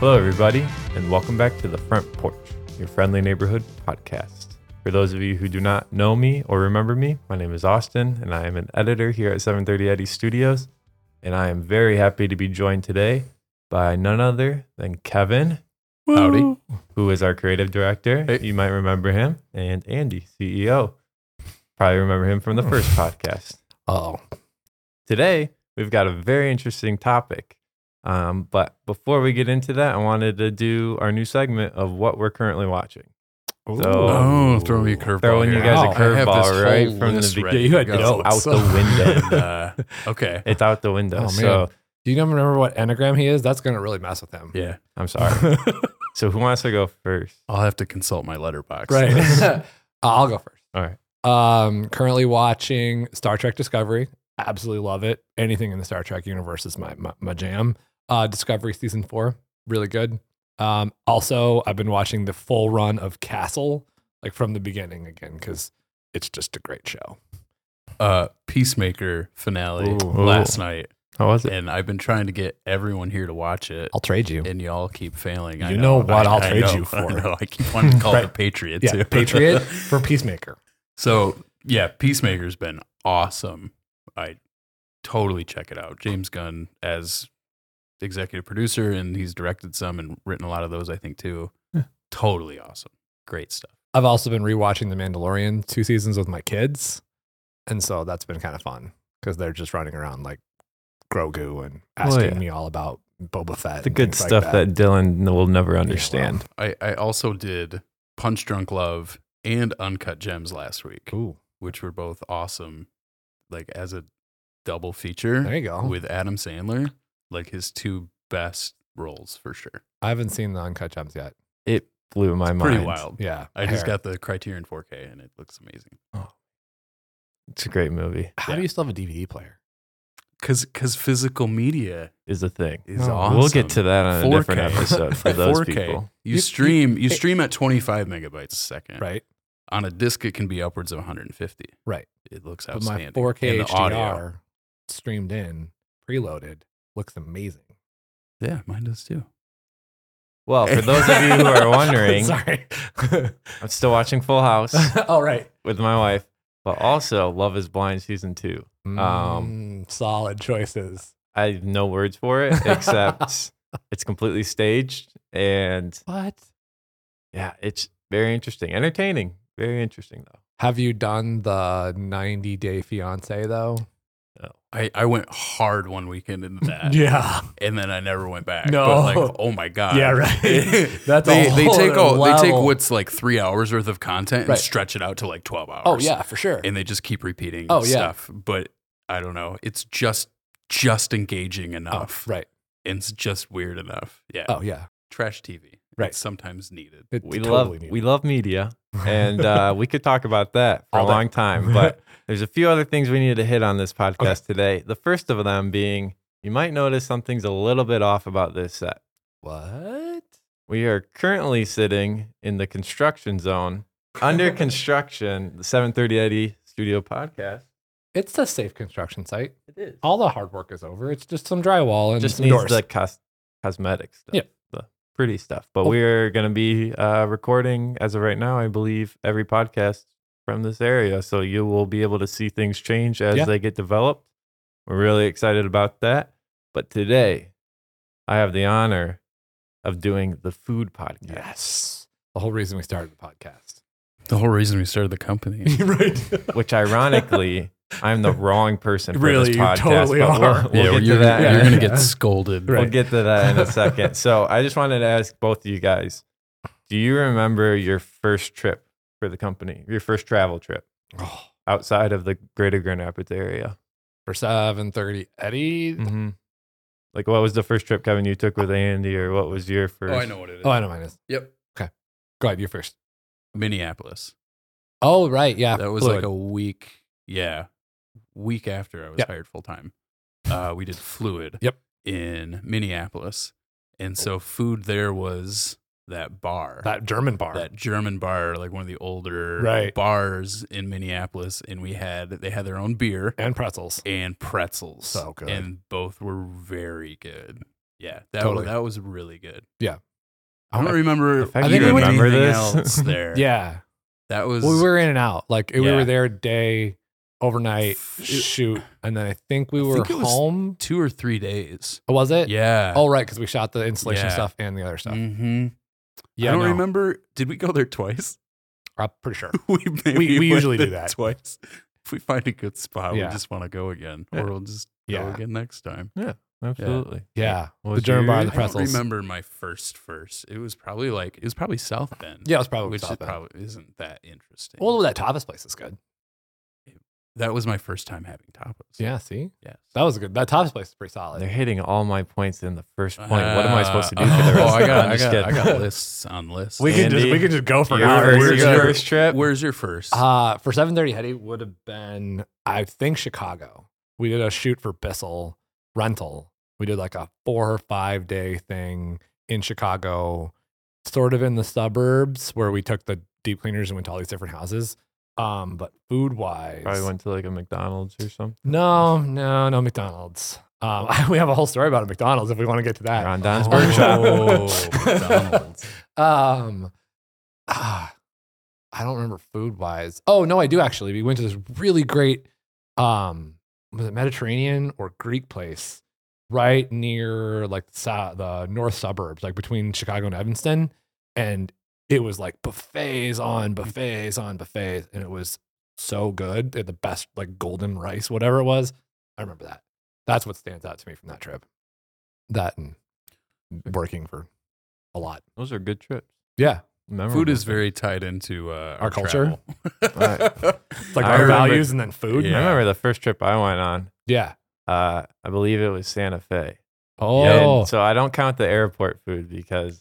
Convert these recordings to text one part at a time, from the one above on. Hello, everybody, and welcome back to The Front Porch, your friendly neighborhood podcast. For those of you who do not know me or remember me, my name is Austin, and I am an editor here at 730 Eddie Studios. And I am very happy to be joined today by none other than Kevin, Howdy. who is our creative director. Hey. You might remember him, and Andy, CEO. Probably remember him from the first podcast. Oh, Today, we've got a very interesting topic. Um, but before we get into that, I wanted to do our new segment of what we're currently watching. oh, throw me a curveball. Throwing you here. guys a Wow, I have this curveball right whole from the list beginning. ready You had to to go. go out the window. Uh, okay. It's out the window. Oh, man. so Do you not remember what anagram he is? That's going to really mess with him. Yeah. I'm sorry. so who wants to go first? I'll have to consult my letterbox. Right. Uh, I'll go first. All right. Um, currently watching Star Trek Discovery. Absolutely love it. Anything in the Star Trek universe is my my, my jam. Uh, Discovery season four, really good. Um, also, I've been watching the full run of Castle, like from the beginning again, because it's just a great show. Uh, Peacemaker finale Ooh. last night, How was it? and I've been trying to get everyone here to watch it, I'll trade you. and y'all keep failing. I You know what I- I'll I trade know. you for. I, know. I keep wanting to call it a Right. Patriot. Yeah, too. Patriot for Peacemaker. So yeah, Peacemaker's been awesome. I totally check it out. James Gunn as executive producer, and he's directed some and written a lot of those, I think, too. Totally awesome. Great stuff. I've also been rewatching The Mandalorian two seasons with my kids, and so that's been kind of fun because they're just running around like Grogu and asking Oh, yeah. me all about Boba Fett. The and good things like stuff that. Dylan will never understand. I, I also did Punch Drunk Love and Uncut Gems last week, Ooh, which were both awesome, like as a double feature there you go. with Adam Sandler, like his two best roles for sure. I haven't seen the uncut gems yet. it blew my mind. Pretty wild. Yeah, I just Hair. got the Criterion 4K and it looks amazing. It's a great movie. How do yeah. you still have a DVD player? Cause, cause physical media Is the thing. is Oh. awesome. We'll get to that on a different 4K. episode for those 4K. people. You, You- stream, you it- stream at 25 megabytes a second. Right, On a disc, it can be upwards of 150. Right. It looks but my outstanding. 4K And the audio. HDR streamed in, preloaded, looks amazing. Yeah, mine does too. Well, for those of you who are wondering, sorry. I'm still watching Full House all right, with my wife, but also Love is Blind season two. Um, Mm, solid choices. I have no words for it except it's completely staged and What? yeah, it's very interesting, entertaining, very interesting though. Have you done the 90 day fiance though? I, I went hard one weekend into that. Yeah. And then I never went back. No. But like, oh my God. Yeah, right. That's a they, they whole take other all, they take level. what's like three hours worth of content and Right. stretch it out to like 12 hours. Oh, yeah, for sure. and they just keep repeating Oh, yeah. stuff. But I don't know. It's just just engaging enough. Oh, right. And it's just weird enough. Yeah. Oh, yeah. Trash TV. Right. It's sometimes needed. It We totally love needed. we love media, and uh, we could talk about that for a All day. long time. But there's a few other things we needed to hit on this podcast today. The first of them being, you might notice something's a little bit off about this set. what? We are currently sitting in the construction zone under construction. The 730 Eddie Studio Podcast. It's a safe construction site. It is. All the hard work is over. It's just some drywall and just some needs doors. the cos- cosmetic stuff, Yeah. the pretty stuff. But Oh. we're going to be uh, recording as of right now, I believe, every podcast from this area. So you will be able to see things change as Yeah. they get developed. We're really excited about that. But today, I have the honor of doing the food podcast. yes. The whole reason we started the podcast. The whole reason we started the company. right. Which ironically, I'm the wrong person for Really, this you podcast. totally but we'll- are. We'll, yeah, get you're, to that. you're yeah. gonna get scolded. Right. We'll get to that in a second. so I just wanted to ask both of you guys: Do you remember your first trip for the company? Your first travel trip Oh, outside of the Greater Grand Rapids area? for 730 Eddie. Mm-hmm. Like, what was the first trip, Kevin? You took with Andy, or what was your first? Oh, I know what it is. Oh, I know mine is. Yep. Go ahead. You're first. Minneapolis. Oh, right. Yeah. That was fluid. like a week. Yeah. Week after I was Yeah. hired full time. Uh, we did fluid Yep. Oh. in Minneapolis. And so food there was that bar. that German bar. that German bar, like one of the older Right. bars in Minneapolis, and we had they had their own beer and pretzels. and pretzels. So good. And both were very good. Yeah, that was, Totally. that was really good. Yeah. I don't I- remember. fact I you think we remember remember this. this else there. Oh, Yeah. that was. Well, we were in and out. Like we Yeah. were there day, overnight, It- shoot, and then I think we I were think it was- home. two or three days. Was, it? Yeah. Oh right, because we shot the installation Yeah. stuff and the other stuff. hmm Yeah, I don't no, remember. Did we go there twice? I'm pretty sure. we maybe we went usually do there that. twice. If we find a good spot, Yeah. we just want to go again, Yeah. or we'll just go Yeah. again next time. Absolutely. Yeah. What The was German bar, yours? the I press- pretzels. don't remember my first first. It was probably like it was probably South Bend. Yeah, it was probably which South it Bend. probably isn't that interesting. Well, that tapas place is good. that was my first time having tapas. Yeah. See, Yes. that was a good. That tapas place is pretty solid. They're hitting all my points in the first point. what am I supposed to do for Uh, the rest Oh, of I the got, I'm I just got, I kidding. got lists on lists. we could just Andy, we could just go for Your hours. first- Where's your your- first trip? Where's your first? Ah, Uh, for 730 Hetty would have been, I think, Chicago. We did a shoot for Bissell rental. We did like a four or five day thing in Chicago, sort of in the suburbs where we took the deep cleaners and went to all these different houses. Um, but food wise, Probably went to like a McDonald's or something. no, no, no McDonald's. Um, we have a whole story about a McDonald's if we want to get to that. Ron Don's Oh, Burger Shop. McDonald's. Um, ah, I don't remember food wise. Oh no, I do actually. We went to this really great, um, was it Mediterranean or Greek place right near like the, sou- the north suburbs, like between Chicago and Evanston, and it was like buffets on buffets on buffets, and it was so good. They had the best like golden rice, whatever it was. I remember that. That's what stands out to me from that trip. That and working for a lot. Those are good trips. Yeah. Memorable. Food is very tied into uh, Our culture? travel. It's like I our remember- values and then food. I Yeah. remember the first trip I went on. Yeah. Uh, I believe it was Santa Fe. Oh, And so I don't count the airport food because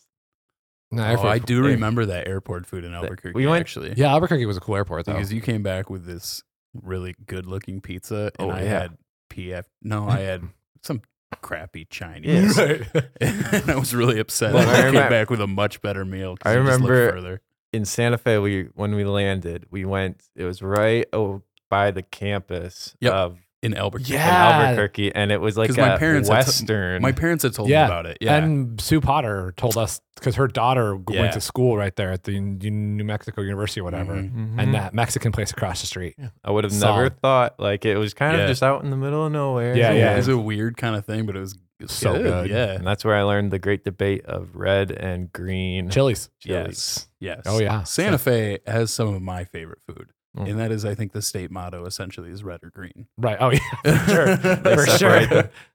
no, Oh, I Albuquerque- do remember that airport food in Albuquerque. we went- actually, Yeah, Albuquerque was a cool airport though. because you came back with this really good-looking pizza, Oh, and I yeah. had PF. No, I had some crappy Chinese, and I was really upset. Well, that I I came remember- back with a much better meal. 'cause I it just looked remember- further. in Santa Fe, we when we landed, we went. It was right oh, by the campus Yep. of in Albuquerque. in Yeah. Albuquerque, and it was like 'Cause a my parents had t- Western. My parents had told Yeah, me about it. Yeah, And Sue Potter told us because her daughter g- Yeah. went to school right there at the Un- New Mexico University or whatever, Mhm. Mhm. and that Mexican place across the street. I would have never Solid. thought like it was kind Yeah. of just out in the middle of nowhere. Yeah, It yeah. was a weird kind of thing, but it was it was So good. Yeah. And that's where I learned the great debate of red and green. Chili's. chilies. Yes. Oh yeah. Santa Fe has some of my favorite food. Mm. And that is, I think, the state motto essentially is red or green. Right. Oh yeah. For sure. They For separate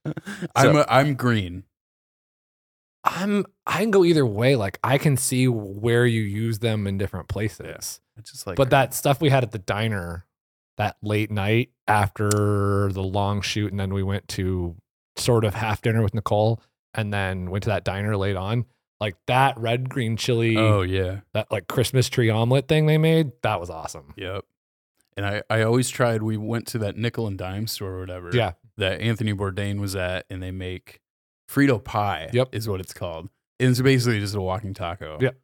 sure. I'm, a, I'm green. I'm. I can go either way. Like I can see where you use them in different places. I just like uh, but that stuff we had at the diner that late night after the long shoot and then we went to sort of half dinner with nicole and then went to that diner late on like that red green chili Oh, yeah. that like christmas tree omelet thing they made that was awesome Yep. And I, I always tried, we went to that nickel and dime store or whatever yeah that Anthony Bourdain was at, and they make Frito pie, Yep. is what it's called. And it's basically just a walking taco. Yep.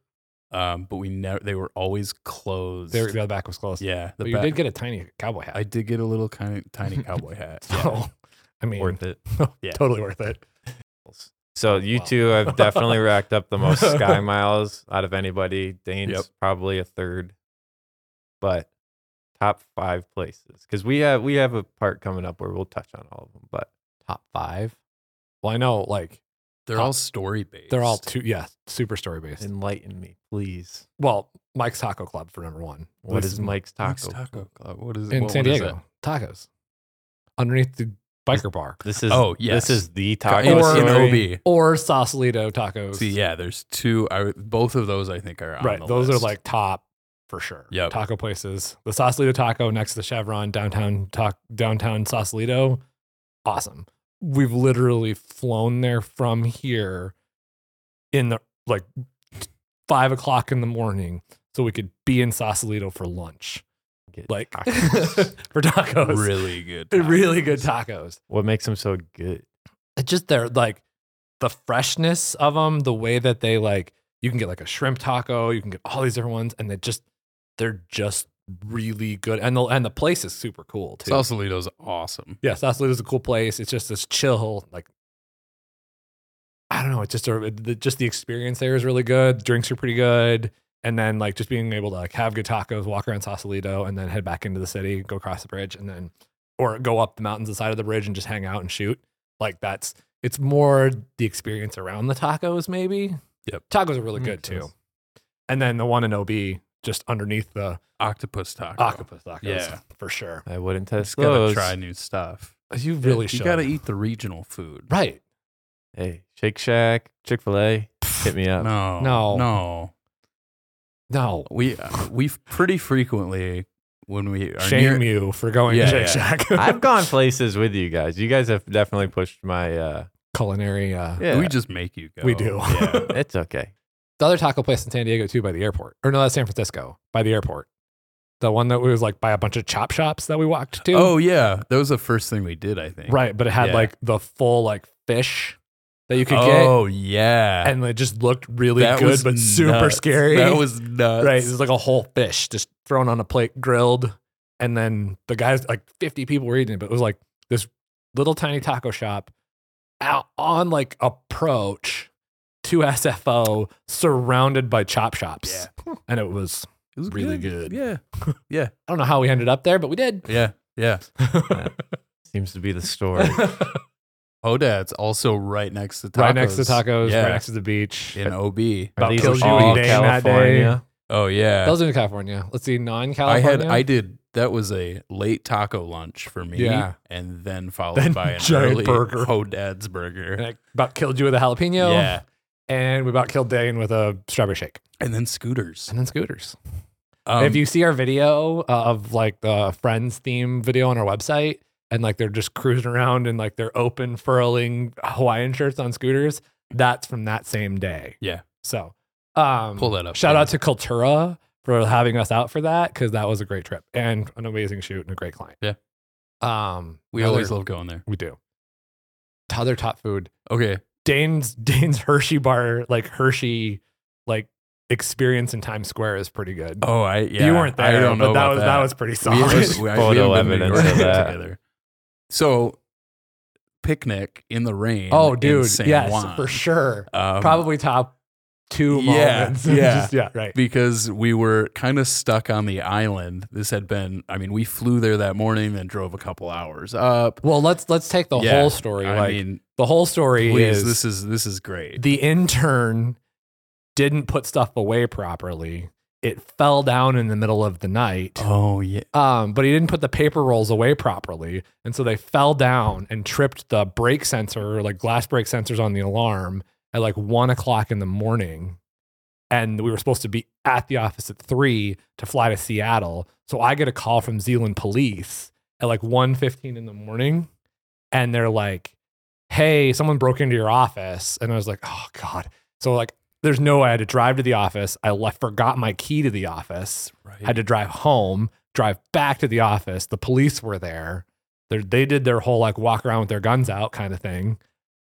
Um, but we never, they were always closed. they were- the back was closed yeah. The but you ba- did get a tiny cowboy hat I did get a little kind of tiny cowboy hat. so i mean Worth it. Yeah. totally worth it So you Wow. two have definitely racked up the most sky miles out of anybody. Dane's Yep. probably a third, but top five places because we have we have a part coming up where we'll touch on all of them. But top five well i know like They're all story based. uh, they're all two yeah super story based enlighten me, please. well mike's taco club for number one What This is Mike's Taco? Mike's Taco Club. What is it? in what- San what is Diego. Tacos underneath the biker bar This is that? Oh yes, this is the Ca- taco. Or- in story. OB. or Sausalito tacos. See, yeah, there's two. I would- both of those I think are on right, the those list. are like top for sure. Yep. taco places. The Sausalito Taco next to the Chevron downtown talk downtown Sausalito, awesome. We've literally flown there from here in the like five o'clock in the morning, so we could be in Sausalito for lunch, Get like tacos. for tacos. really good, really good tacos. tacos. what makes them so good? it's just their like the freshness of them, the way that they like you can get like a shrimp taco, you can get all these different ones, and they just they're just really good. And the and the place is super cool too. Sausalito's awesome. yeah, Sausalito's a cool place. It's just this chill, like I I don't know. It's just a, it- the, just the experience there is really good. Drinks are pretty good, and then like just being able to like have good tacos, walk around Sausalito, and then head back into the city, go across the bridge, and then or go up the mountains, the side of the bridge, and just hang out and shoot. Like that's it's more the experience around the tacos, maybe. Yep. tacos are really good Makes too. sense. And then the one in OB just underneath the Octopus taco. octopus tacos, Yeah. for sure. I wouldn't You test just gotta those. try new stuff. You really You should. gotta eat the regional food. right. Hey, Shake Shack, Chick Fil A, hit me up. No, No. no. No, We we pretty frequently when we are shame near, you for going Yeah, to Shake yeah. Shack. I've gone places with you guys. You guys have definitely pushed my. uh culinary. Uh, Yeah, we just make you go. We do. Yeah. it's okay. the other taco place in San Diego too, by the airport, or no, that's San Francisco, by the airport. The one that was like by a bunch of chop shops that we walked to. Oh yeah, that was the first thing we did. I think. right, but it had Yeah. like the full like fish that you could get, oh yeah. and it just looked really That good, was but super nuts. scary. That was nuts. right. It was like a whole fish just thrown on a plate, grilled, and then the guys like fifty people were eating it, but it was like this little tiny taco shop out on like approach to SFO, surrounded by chop shops, and it was. It was Really good. Yeah. I don't know how we ended up there, but we did. Yeah. Yeah. Seems to be the story. Hodad's also right next to tacos. Right next to tacos, Yeah. right next to the beach. in OB. Are About these killed you all in Dane that day. California? Oh yeah. Those are in California. Let's see, I had non-California. I did that was a late taco lunch for me. Yeah. And then followed Then by an giant early burger. Hodad's burger. And I about killed you with a jalapeno. Yeah. And we about killed Dane with a strawberry shake. And then scooters. And then scooters. Um, if you see our video uh, of like the Friends theme video on our website, and like they're just cruising around in like their open furling Hawaiian shirts on scooters, that's from that same day. Yeah. So um, Pull that up, Shout yeah. out to Cultura for having us out for that because that was a great trip and an amazing shoot and a great client. Yeah. Um, we another- always love going there. we do. To Other top food. Okay. Dane's Dane's Hershey bar, like Hershey, like experience in Times Square is pretty good. Oh, I yeah. you weren't there. I don't know but that about was that. was pretty We solid. haven't- we- I- we Photo haven't been to evidence of New York that. together. So, picnic in the rain. oh, in dude, San yes, Juan. for sure. Um, Probably top two yeah, moments. yeah. Just- yeah, right. because we were kind of stuck on the island. This had been, I mean, we flew there that morning, then drove a couple hours up. Well, let's let's take the Yeah, whole story. I like mean, the whole story please, is this is this is great. the intern didn't put stuff away properly. It fell down in the middle of the night. oh yeah, Um, but he didn't put the paper rolls away properly, and so they fell down and tripped the brake sensor, like glass brake sensors on the alarm at like one o'clock in the morning. And we were supposed to be at the office at three to fly to Seattle. So I get a call from Zealand Police at like 1.15 in the morning, and they're like, "Hey, someone broke into your office," and I was like, "Oh God!" So like, there's no way I had to drive to the office. I left, forgot my key to the office right. had to drive home, drive back to the office. The police were there. They're, they did their whole like walk around with their guns out kind of thing.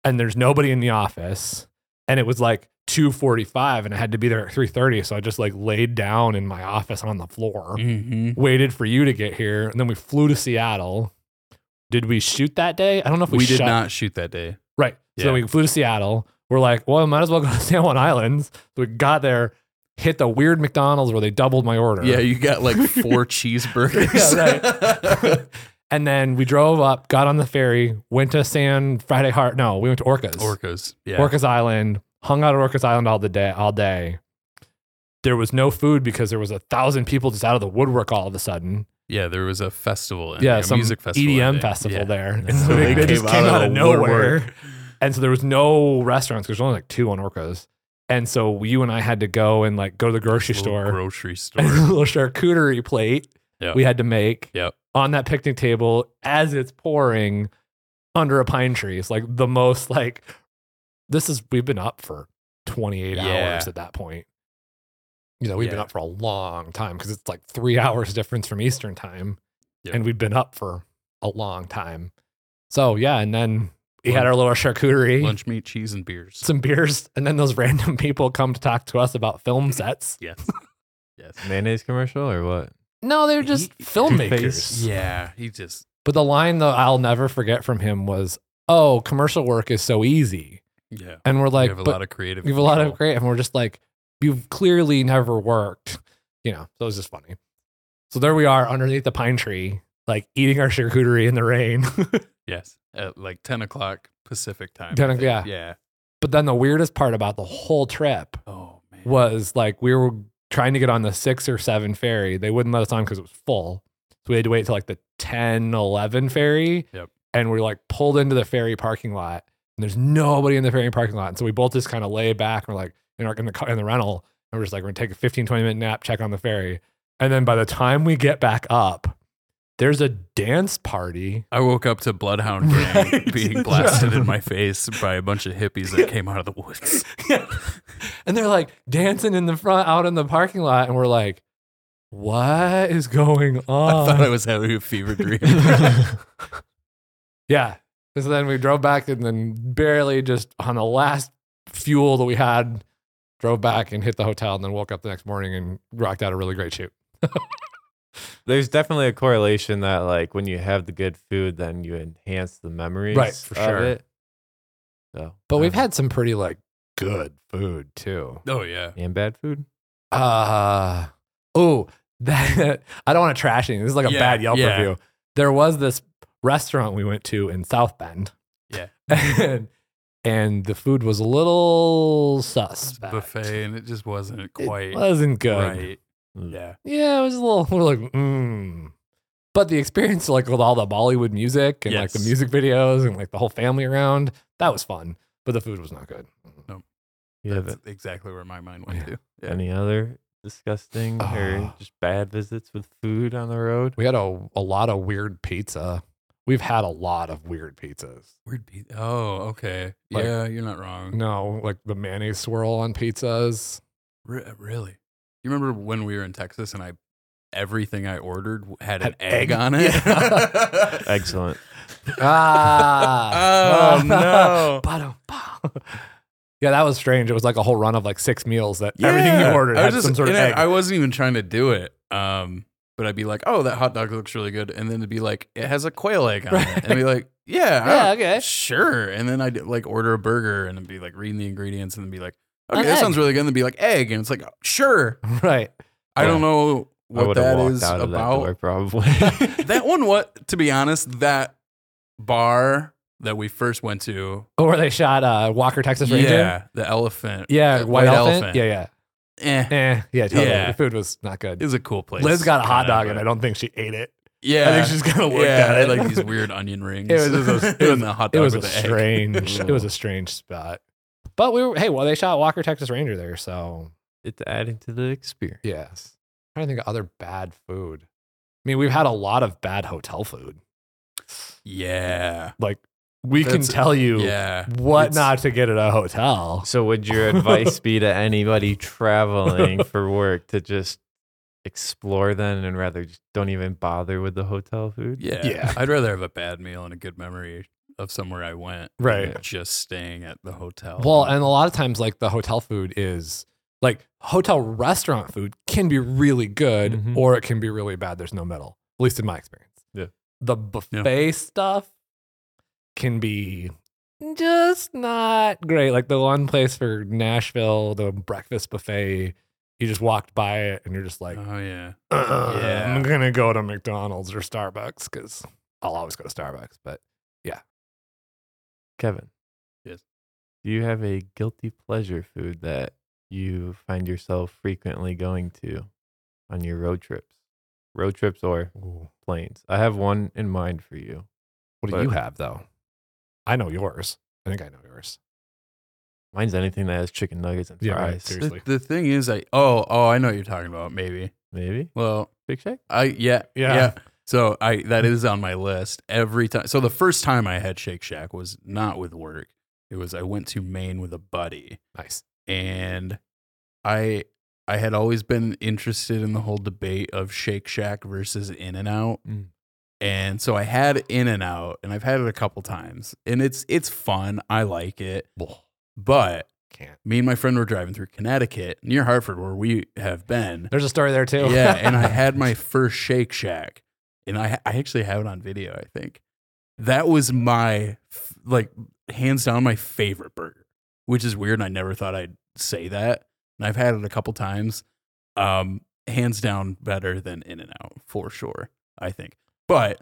And there's nobody in the office. And it was like 2:45 and I had to be there at 3:30, so I just like laid down in my office on the floor, hmm waited for you to get here, and then we flew to Seattle. Did we shoot that day? I don't know if We, we, did shot- not shoot that day. Right. So then Yeah. we flew to Seattle. We're like, well, might as well go to San Juan Islands. So we got there, hit the weird McDonald's where they doubled my order. Yeah, you got like four cheeseburgers. Yeah, and then we drove up, got on the ferry, went to San Friday Heart. No, we went to Orcas. Orcas. Yeah. Orcas Island, hung out at Orcas Island all the day. All day. There was no food because there was a thousand people just out of the woodwork all of a sudden. Yeah, there was a festival. in- yeah, a some music festival. I EDM think. festival Yeah. there. And No. so they, they just came out of nowhere. woodwork. And so there was no restaurants because there's only like two on Orcas. And so you and I had to go and like go to the grocery Little store Grocery and a store. little charcuterie plate Yeah. we had to make Yep. on that picnic table as it's pouring under a pine tree. It's like the most like this is we've been up for 28 Yeah. hours at that point. You know, we've been Yeah. up for a long time because it's like three hours difference from Eastern time. Yep. And we've been up for a long time. So yeah, and then we had our little charcuterie, Lunch meat, cheese, and beers. some beers, and then those random people come to talk to us about film sets. Yes. yes. Mayonnaise commercial or what? No, they're just He- filmmakers. Yeah, he just But the line that I'll never forget from him was, "Oh, commercial work is so easy." Yeah. And we're Like, like, have a but lot of creative. we have a lot of control. great, and we're just like, you've clearly never worked, you know. So it was just funny. So there we are underneath the pine tree, like eating our charcuterie in the rain. yes, at like ten o'clock Pacific time. 10 I think. yeah. Yeah. but then the weirdest part about the whole trip Oh man. was like we were trying to get on the six or seven ferry. They wouldn't let us on because it was full. So we had to wait till like the 10, 11 ferry. Yep. And we are like pulled into the ferry parking lot and there's nobody in the ferry parking lot. And so we both just kind of lay back and we're like in, our, in, the, car- in the rental and we're just like, we're going to take a 15, 20 minute nap, check on the ferry. And then by the time we get back up, there's a dance party. I woke up to Bloodhound Gang Right. being blasted in my face by a bunch of hippies that came out of the woods. and they're like dancing in the front out in the parking lot. And we're like, what is going I on? thought I was having a fever dream. yeah. So then we drove back and then barely just on the last fuel that we had, drove back and hit the hotel and then woke up the next morning and rocked out a really great shoot. There's definitely a correlation that like when you have the good food, then you enhance the memories Right, for of sure. it. So, But we've Uh-huh. uh, had some pretty like good food too. oh yeah. and bad food. Uh oh, that I don't want to trash anything. This is like a Yeah, bad Yelp yeah. review. There was this restaurant we went to in South Bend. Yeah. And, and the food was a little suspect. Buffet and it just wasn't quite It wasn't good. right. Mm. Yeah. Yeah, it was a little we're like, mm. But the experience like with all the Bollywood music and like the Yes. music videos and like the whole family around, that was fun. But the food was not good. You have That's exactly where my mind went Yeah. to. Yeah. any other disgusting or Oh. just bad visits with food on the road? We had a, a lot of weird pizza. We've had a lot of weird pizzas. Weird be Oh, okay. Like- yeah, you're not wrong. No, like the mayonnaise swirl on pizzas. Re- uh, really? You remember when we were in Texas and I everything I ordered had an Had egg, egg? on it? Excellent. Ah. Oh, no. Ba-dum, ba. Ah! yeah, that was strange. It was like a whole run of like six meals that everything you Yeah. ordered I had was just- some sort of and I- egg. I wasn't even trying to do it. Um, but I'd be like, "Oh, that hot dog looks really good," and then it'd be like, "It has a quail egg on it," and I'd be like, "Yeah, I yeah, don't- okay. sure." And then I'd like order a burger and it'd be like reading the ingredients and then be like, An "Okay, that egg." sounds really good," and then be like, "Egg," and it's like, "Sure." Right. I don't know I what would have that walked is out of that door about. probably. That, one, what to be honest, that bar that we first went to, Oh, where they shot uh, Walker, Texas Ranger. yeah, the elephant, Yeah, the white, elephant. Yeah, eh, yeah. Eh, yeah, totally. Yeah. The food was not good. is a cool place. Liz got a hot kinda, dog, but- and I don't think she ate it. Yeah, I think she's kind of worked yeah, at they it. had, like these weird onion rings. It was just a- it was- And the hot it dog was a with the egg. strange. it was a strange spot. But we were hey, well, they shot Walker, Texas Ranger there, so it's adding to the experience. yes. I'm trying to think of other bad food. I mean, we've had a lot of bad hotel food. yeah, Like we can That's- tell you yeah. what It's- not to get at a hotel. So, would your advice be to anybody traveling for work to just explore then and rather just don't even bother with the hotel food? yeah, Yeah. I'd rather have a bad meal and a good memory of somewhere I went, than Right. Just staying at the Oh, hotel. Well, and a lot of times, like the hotel food is like hotel restaurant food can be really good Mhm. or it can be really bad. There's no middle, at least in my experience. Yeah. The buffet stuff can be just not great. Like the one place for Nashville, the breakfast buffet, you just walked by it and you're just like, oh yeah, "Uh, yeah. I'm going to go to McDonald's or Starbucks because I'll always go to Starbucks. But Kevin. Yes. Do you have a guilty pleasure food that you find yourself frequently going to on your road trips? Road trips or planes? I have one in mind for you. what do But- you have though? I know yours. I think I know yours. Mine's anything that has chicken nuggets and Yeah, right, fries. seriously. The, the thing is, I oh oh, I know what you're talking about. Maybe. Maybe Well, Big Shack. I yeah, Yeah. yeah So I that is on my list every time. So the first time I had Shake Shack was not with work. It was I went to Maine with a buddy, Nice. and I I had always been interested in the whole debate of Shake Shack versus In and Out. Mm. And so I had In and Out, and I've had it a couple times, and it's it's fun. I like it, but Can't. me and my friend were driving through Connecticut near Hartford, where we have been, There's a story there too. yeah, and I had my first Shake Shack, and I I actually have it on video. I think that was my f- like hands down my favorite burger. which is weird. And I never thought I'd say that. And I've had it a couple times. Um, hands down, better than In and Out for sure. I think. But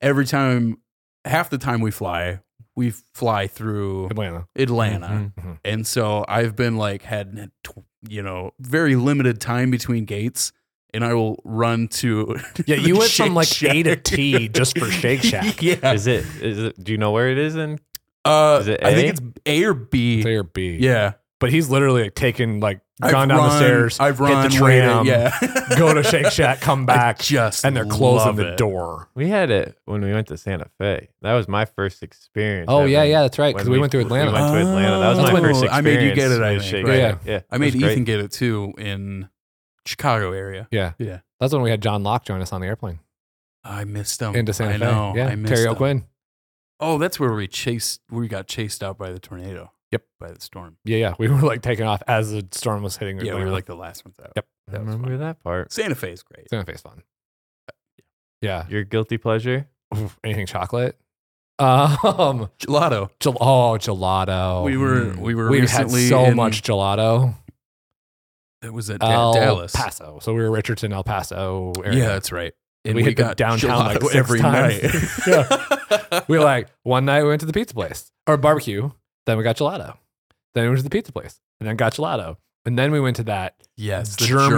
every time, half the time we fly, we fly through Atlanta. Atlanta. Mhm. Mm-hmm. And so I've been like had tw- you know very limited time between gates, and I will run to Yeah, you the went from, Shake like, A to Shack. T just for Shake Shack. yeah, Is it? Is it? Do you know where it is? In uh, is it I A? think it's A or B. It's A or B. Yeah, But he's literally like, taken like I've gone down the run- stairs, I've hit run the tram, waited, yeah, go to Shake Shack, come back, I just and they're closing love the it. door. we had it when we went to Santa Fe. That was my first experience. Oh ever. yeah, yeah, that's right. Because When we, went to Atlanta. We went to Atlanta. That was Oh. my That's first when- experience. I made you get it, I with think, Shake right? Shack. Yeah. I It made was great. Ethan get it too in Chicago area. yeah, Yeah. That's when we had John Locke join us on the airplane I missed him. into Santa Oh, I know. Fe. Yeah, I missed Terry him. O'Quinn. Oh, that's where we chased. We got chased out by the tornado. Yep. by the storm. Yeah, yeah. We were like taking off as the storm was hitting. Yeah, we Atlanta. were like the last ones out. Yep. I That was remember fun. that part. Santa Fe is great. Santa Fe's fun. Uh, Yeah. Your guilty pleasure? Oof, anything chocolate? Um. Gelato. Gel- oh, gelato. we were mm. we were We had recently so in- much gelato. That was at El Da- Dallas. Paso. So we were Richardson, El Paso area. Yeah, that's right. And we hit the downtown, like, gelato six times. night. we were like one night we went to the pizza place or barbecue. Then we got gelato. Then we went to the pizza place and then got gelato. And then we went to that. yes, the German-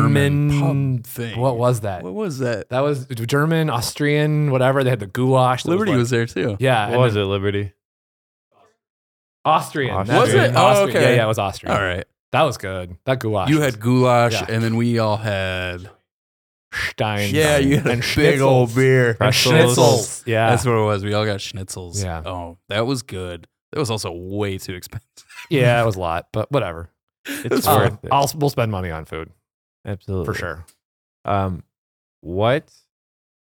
German, pub thing. What was that? What was that? That was German, Austrian, whatever. They had the goulash. that Liberty like- was there too. yeah. What was it, Liberty? Austrian. Was that's it? Oh, Austrian. okay. Yeah, yeah, it was Austrian. All right, That was good. That goulash. you was had goulash, Yeah. and then we all had Stein. yeah, you had a and big old schnitzels. beer. And Pretzels. schnitzels. Yeah. That's what it was. We all got schnitzels. Yeah. Oh, that was good. That was also way too expensive. yeah, it was a lot, but whatever. It's Um, worth it. I'll we'll spend money on food Absolutely. for sure. Um, what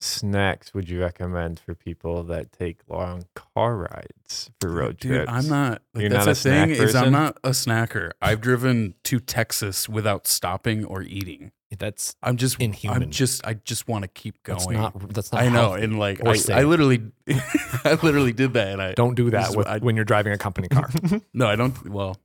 snacks would you recommend for people that take long car rides for road Dude, trips? I'm not. Like, You're that's not a the thing snack is, I'm person? not a snacker. I've driven to Texas without stopping or eating. That's I'm just Inhuman. I'm just. I just want to keep going. that's not that's not. I know, healthy. and like or I, I safe. literally, I literally did that, and I Don't do This that is with, what I- when you're driving a company car. no, I don't. Well,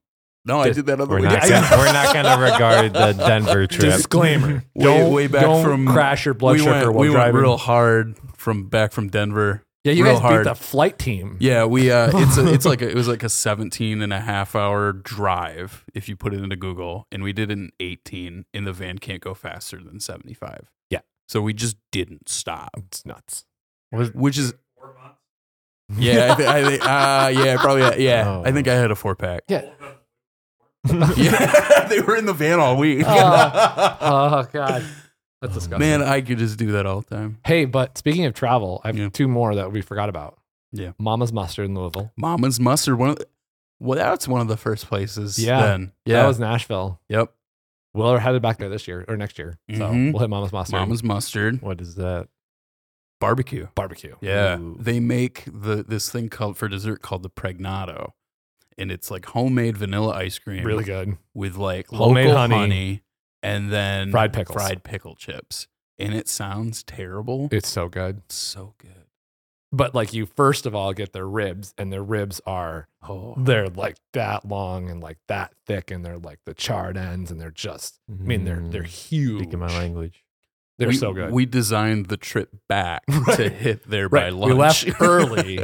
no, I Just- did that other We're way. not, down. gonna, we're not gonna regard the Denver trip. Disclaimer: Way- don't way back don't from- crash your blood we sugar went, while we went driving. real hard from back from Denver. yeah, you real guys hard. beat the flight team. Yeah, we uh it's a, it's like a, it was like a 17 and a half hour drive if you put it into Google and we did it in 18 and the van can't go faster than 75. Yeah. So we just didn't stop, it's nuts. which is yeah, I thi- I think uh yeah, probably yeah. Oh. I think I had a four pack. Yeah. yeah, they were in the van all week. Uh, Oh god, that's disgusting. Man, I could just do that all the time. Hey, but speaking of travel, I have Yeah. two more that we forgot about. Yeah. Mama's Mustard in Louisville. Mama's mustard one of the, well, that's one of the first places. Yeah. then. yeah, That was Nashville. yep. We're headed back there this year or next year. So Mhm. we'll hit Mama's Mustard. Mama's mustard What is that? barbecue. barbecue. Yeah, Ooh. they make the this thing called for dessert called the pregnato, and it's like homemade vanilla ice cream, Really good. with like Homemade local honey. honey. and then Fried pickles. fried pickle chips. And it sounds terrible. It's so good. It's so good. But like you first of all get their ribs and their ribs are Oh, they're like that long and like that thick and they're like the charred ends and they're just I mean they're they're huge. speaking my language. They're we, so good. We designed the trip back to Right. hit there by right. lunch. We left early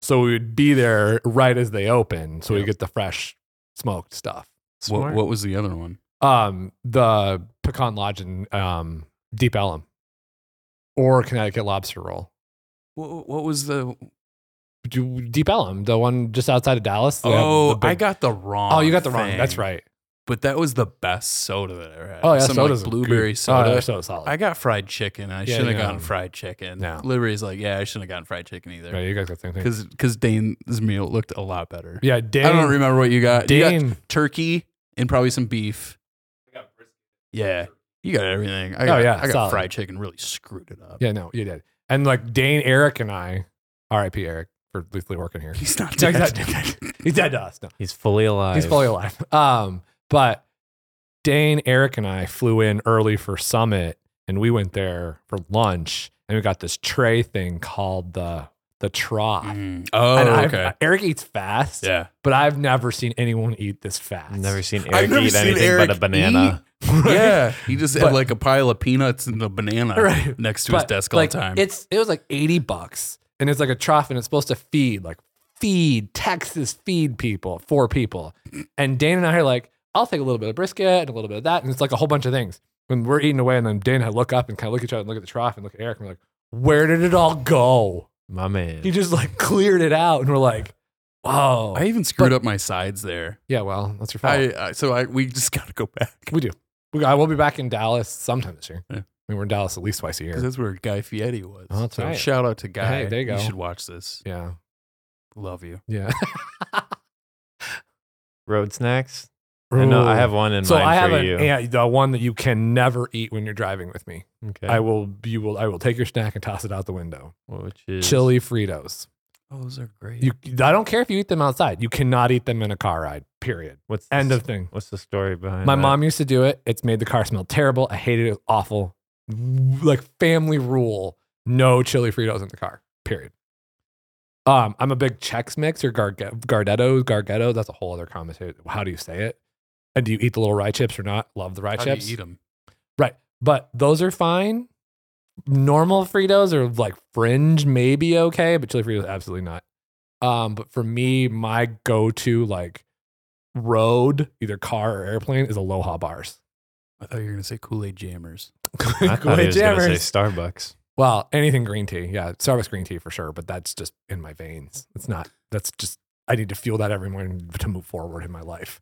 so we would be there right as they open so we Yep. get the fresh smoked stuff. what, what was the other one? Um the pecan lodge in um Deep Ellum or Connecticut lobster roll. What, what was the? Do- Deep Ellum, the one just outside of Dallas. they have Oh, the big- I got the wrong. Oh, you got the wrong. thing. That's right. But that was the best soda that I ever had. Oh, yeah, Some, like, soda's blueberry good. soda. Oh, yeah, soda's solid. I got fried chicken. I Yeah, shouldn't yeah. have gotten fried chicken. No. Liberty's like, yeah, I shouldn't have gotten fried chicken yeah, either. you guys got the same thing. Because because Dane's meal looked a lot better. Yeah, Dane. I don't remember what you got. You got Dane. turkey and probably some beef. Yeah, you got everything. I Oh, got, yeah, I got solid. fried chicken. Really screwed it up. yeah, no, you did. And like Dane, Eric, and I. R.I.P. Eric for lethally working here. He's not No, dead. he's not dead. He's dead to us. No, He's fully alive. he's fully alive. Um, but Dane, Eric, and I flew in early for Summit, and we went there for lunch, and we got this tray thing called the the trough. Mm. Oh, And I've- okay. Eric eats fast, yeah. but I've never seen anyone eat this fast. Never seen Eric I've never eat seen anything Eric but a banana. Yeah. He just had But- like a pile of peanuts and a banana Right. next to his But, desk all like, the time. It's it was like eighty bucks, and it's like a trough, and it's supposed to feed like feed Texas feed people four people, and Dan and I are like, I'll take a little bit of brisket and a little bit of that, and it's like a whole bunch of things. When we're eating away, and then Dan and I look up and kind of look at each other and look at the trough and look at Eric, and we're like, where did it all go? My He man. just like cleared it out, and we're like, whoa, I even screwed up my sides there. yeah, well, that's your fault. I, I so I we just got to go back we do. We, I will be back in Dallas sometime this year. Yeah. I mean, we're in Dallas at least twice a because year. that's where Guy Fieri was. Oh, that's so right. Shout out to Guy. Hey, there you go. should watch this. Yeah, Love you. yeah. Road snacks. I know I Ooh. have one in so mind I have for an, you. yeah, the one that you can never eat when you're driving with me. okay. I will you will I will take your snack and toss it out the window. Which is Chili Fritos. Oh, those are great. You I don't care if you eat them outside. You cannot eat them in a car ride. Period. What's the End s- of thing. What's the story behind My that? mom used to do it. It's made the car smell terrible. I hated it. It was awful. Like family rule, no chili Fritos in the car. Period. Um, I'm a big Chex Mix or Garge- Gardettos, Gargettos. That's a whole other conversation. How do you say it? And do you eat the little rye chips or not? Love the rye How do you chips. eat them? Right. But those are fine. Normal Fritos are like fringe, maybe okay, but chili Fritos absolutely not. Um, but for me, my go-to like road, either car or airplane, is Aloha bars. I thought you were gonna say Kool Aid Jammers. I thought he Kool-Aid was going to Jammers. say Starbucks. Well, anything green tea, yeah, Starbucks green tea for sure. But that's just in my veins. It's not. That's just I need to feel that every morning to move forward in my life.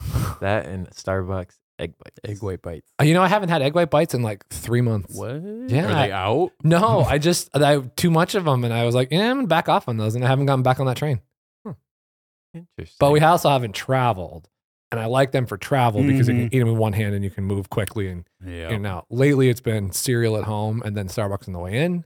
That and Starbucks egg bites. white bites. Uh, You know, I haven't had egg white bites in like three months. What? Yeah. Are they out? No, I just I too much of them, and I was like, yeah, I'm gonna back off on those, and I haven't gotten back on that train. Interesting. But we also haven't traveled. And I like them for travel because you Mhm. can eat them with one hand and you can move quickly and Yeah. in and out. Lately, it's been cereal at home and then Starbucks on the way in.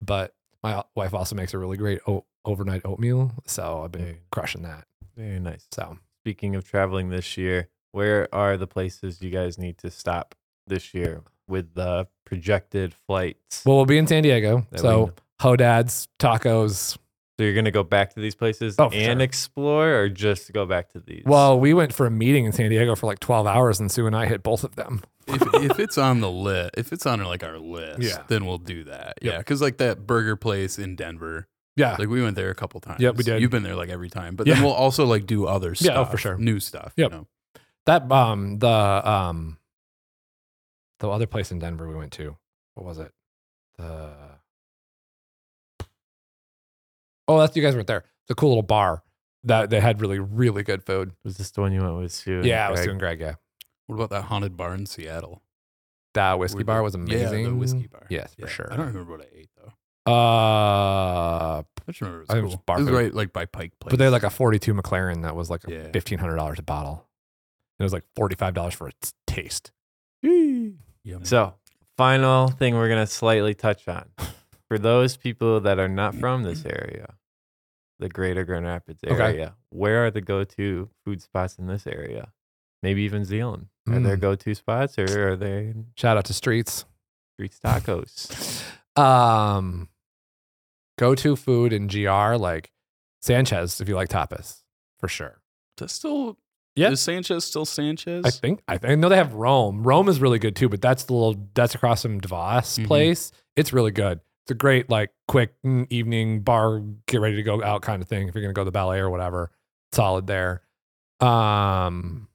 But my o- wife also makes a really great o- overnight oatmeal. So I've been Mm. Very nice. crushing that. Very nice. So Speaking of traveling this year, where are the places you guys need to stop this year with the projected flights? well, we'll be in San Diego. that we know? so Hodad's, tacos. so you're going to go back to these places Oh, for and sure. explore or just go back to these? Well, we went for a meeting in San Diego for like 12 hours and Sue and I hit both of them. if, if it's on the list, if it's on like our list, Yeah. then we'll do that. Yep. Yeah, because like that burger place in Denver, Yeah. like we went there a couple times. Yep, we did. You've been there like every time, but Yeah. then we'll also like do other stuff. Yeah, oh, for sure. new stuff. Yep. You know? That um the um the other place in Denver we went to. What was it? The Oh, that's you guys weren't there. It's a cool little bar that they had really really good food. was this the one you went with Sue? and yeah, I was Greg? doing Greg. Yeah, What about that haunted bar in Seattle? that whiskey Where bar the- was Yeah, amazing. the whiskey bar. Yes, for Yeah. sure. I don't remember what I ate though. I Uh, just remember it was I think it cool. was bar it was food. right like by Pike Place. but they had like a forty-two McLaren that was like Yeah. fifteen hundred dollars a bottle. It was like forty-five dollars for its taste. Yum. So, final thing we're going to slightly touch on for those people that are not from this area, the greater Grand Rapids Okay. area, where are the go to food spots in this area? Maybe even Zealand. Are there Mm. go to spots or are they Shout out to Streets. streets tacos? Um, go to food in GR like Sanchez if you like tapas for sure. That's still Yeah. Is Sanchez still Sanchez? I think I, th- I know they have Rome. Rome is really good too, but that's the little that's across from Devos Mhm. place. It's really good. It's a great like quick mm, evening bar get ready to go out kind of thing if you're gonna go to the ballet or whatever. Solid there. Um,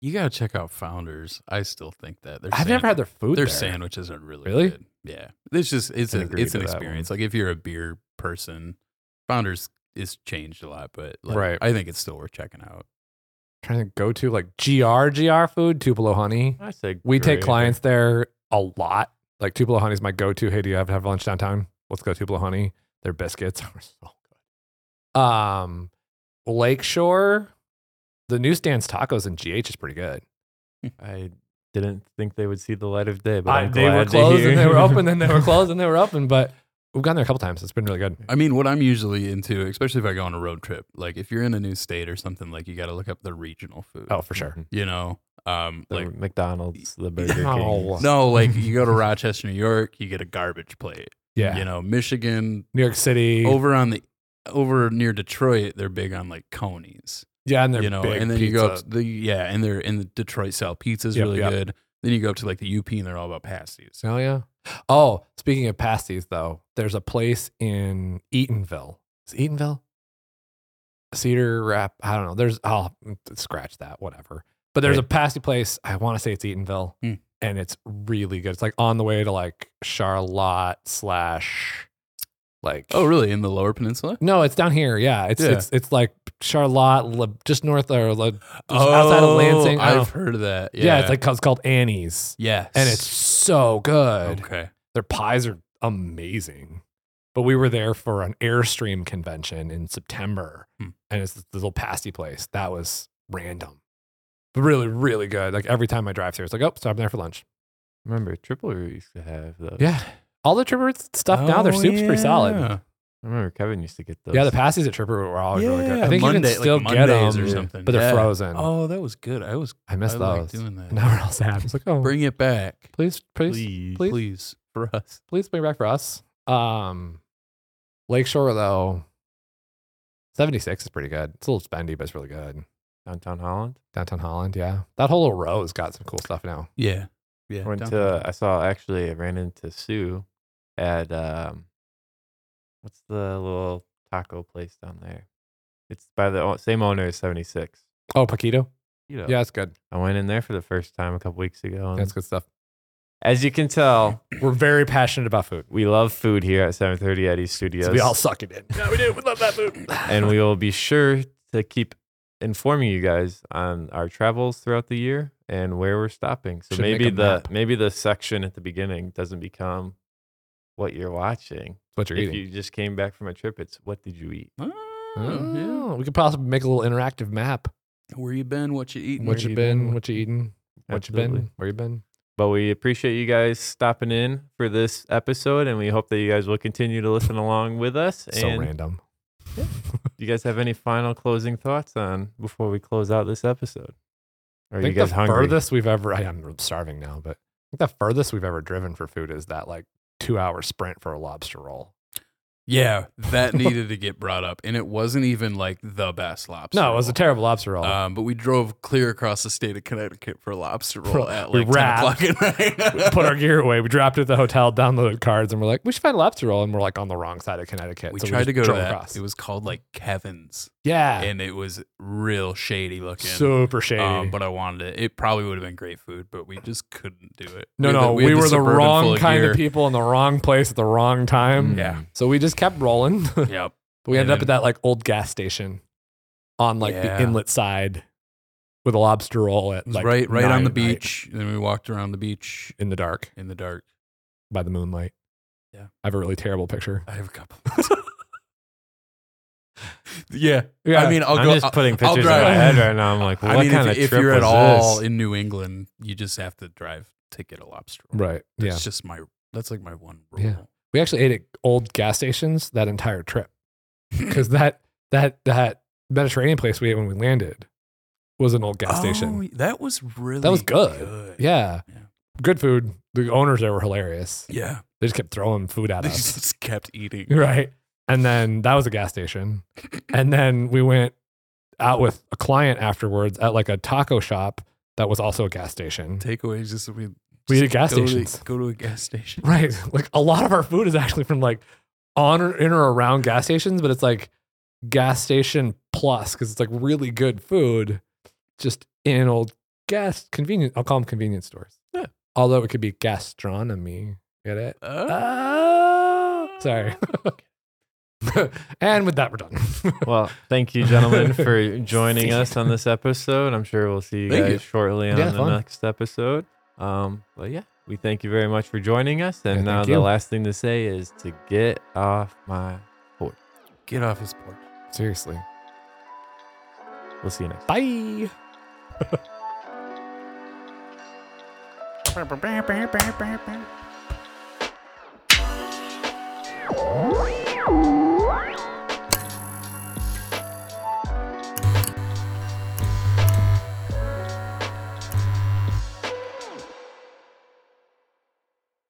you gotta check out Founders. I still think that Their I've never sandwich- had their food. Their there. sandwiches are really Really? good. Yeah, it's just it's Can a, agree it's an to that one. experience. Like if you're a beer person, Founders is changed a lot, but like, Right. I think it's still worth checking out. trying to go to like GR GR food Tupelo honey. I said We take greater. clients there a lot. Like Tupelo Honey is my go-to. Hey, do you have to have lunch downtown? Let's go Tupelo Honey. Their biscuits are so good. Um, Lakeshore, the newsstands tacos and GH is pretty good. I didn't think they would see the light of day, but I- I'm they were glad to closed hear. and they were open, then they were closed and they were open. But we've gone there a couple times. It's been really good. I mean, what I'm usually into, especially if I go on a road trip, like if you're in a new state or something, like you got to look up the regional food. Oh, for sure. you know, um, The like McDonald's, the Burger King. No. no, like you go to Rochester, New York, you get a garbage plate. Yeah. You know, Michigan New York City. over on the over near Detroit, they're big on like conies. yeah, and they're you know, big and then you go pizza. up to the yeah, and they're in the Detroit style pizza is Yep, really yep. good. Then you go up to like the UP and they're all about pasties. Oh yeah. Oh, speaking of pasties though, there's a place in Eatonville. Is it Eatonville? Cedar Rap. I don't know. There's oh scratch that, whatever. But there's a pasty place. I want to say it's Eatonville. Hmm. And it's really good. It's like on the way to like Charlotte slash like Oh, really? In the Lower Peninsula? no, it's down here. Yeah. It's Yeah. it's it's like Charlotte La, just north or La, outside of Lansing. I don't Oh, I've heard of that. Yeah, yeah. it's like it's called Annie's. yes, And it's so good. okay. Their pies are amazing. But we were there for an Airstream convention in September, Hmm. and it's this little pasty place that was random, but really, really good. Like every time I drive through, it's like, oh, stopping there for lunch. Remember, Triple Root used to have those. Yeah, all the Tripper stuff now, their Oh, soup's pretty solid. yeah. I remember Kevin used to get those. Yeah, the pasties at Tripper were always really good. Yeah, I think Monday- you can still like get Mondays them, or something. but they're Yeah. frozen. Oh, that was good. I was I miss I those. like doing that. Now we're all sad. It's like, oh, Bring it back, please, please, Please. please. please, for us. please bring it back for us. Um, Lakeshore though, seventy six is pretty good. It's a little spendy, but it's really good. Downtown Holland. Downtown Holland, yeah, that whole little row's got some cool stuff now. Yeah, yeah. I went down- to. I saw actually. I ran into Sue at um, what's the little taco place down there? It's by the o- same owner as Seventy Six. Oh, Paquito, You know. yeah, it's good. I went in there for the first time a couple weeks ago, and That's good stuff. as you can tell, Um, We're very passionate about food. we love food here at Seven Thirty Eddie Studios. So we all suck it in. Yeah, we do. We love that food. and we will be sure to keep informing you guys on our travels throughout the year and where we're stopping. So Should make maybe a the map. maybe the section at the beginning doesn't become what you're watching. That's what you're if eating. you just came back from a trip, it's what did you eat? Oh, Oh, We could possibly make a little interactive map. yeah. Where you been? What you eating? What you you been? been? What you eating? What you Absolutely. been? Where you been? But we appreciate you guys stopping in for this episode, and we hope that you guys will continue to listen along with us. So and random. do you guys have any final closing thoughts on before we close out this episode? Are I you think guys the hungry? furthest we've ever I am starving now, but I think the furthest we've ever driven for food is that like two hour sprint for a lobster roll. Yeah, that needed to get brought up, and it wasn't even like the best lobster. No, it was a roll. terrible lobster roll. Um, but we drove clear across the state of Connecticut for a lobster roll at we like ten wrapped. o'clock at night. we put our gear away. We dropped it at the hotel, downloaded cards, and we're like, we should find a lobster roll. And we're like on the wrong side of Connecticut. we so tried just to go to drove that. across. Ah. It was called like Kevin's, yeah. and it was real shady looking. super shady. Um, but I wanted it. It probably would have been great food, but we just couldn't do it. no, had no, we, had were the Suburban full wrong kind gear. of people in the wrong place at the wrong time. Mm. Yeah. So we just kept rolling. but Yep. we ended And up at that like old gas station on like Yeah. the inlet side with a lobster roll at It was like right, right on nine the at night beach. And then we walked around the beach in the dark in the dark. by the moonlight. Yeah. I have a really terrible picture. I have a couple. yeah. Yeah. I mean, I'll I'm go. just I'll- putting pictures in drive. my head right now. I'm like, what I mean, kind if, of if trip you're was at all this? in New England, you just have to drive to get a lobster roll. Right. That's yeah. just my. That's like my one rule. Yeah. We actually ate at old gas stations that entire trip because that that that Mediterranean place we ate when we landed was an old gas station. Oh, that was really That was good. Yeah. Yeah. good food. The owners there were hilarious. Yeah. They just kept throwing food at They us, just kept eating. right? And then that was a gas station, and then we went out with a client afterwards at like a taco shop that was also a gas station. Takeaways just we We just eat at gas go stations. To, go to a gas station. Right. Like a lot of our food is actually from like on or in or around gas stations, but it's like gas station plus because it's like really good food just in old gas convenience. I'll call them convenience stores. Yeah. Although it could be gastronomy. Get it? Oh. Sorry. and with that, we're done. Well, thank you, gentlemen, for joining us on this episode. I'm sure we'll see you Thank guys you. shortly on Yeah, the fun. next episode. Um, but yeah, we thank you very much for joining us. And Yeah, now thank the you. last thing to say is to get off my. Get off his porch. Seriously. We'll see you next. Bye.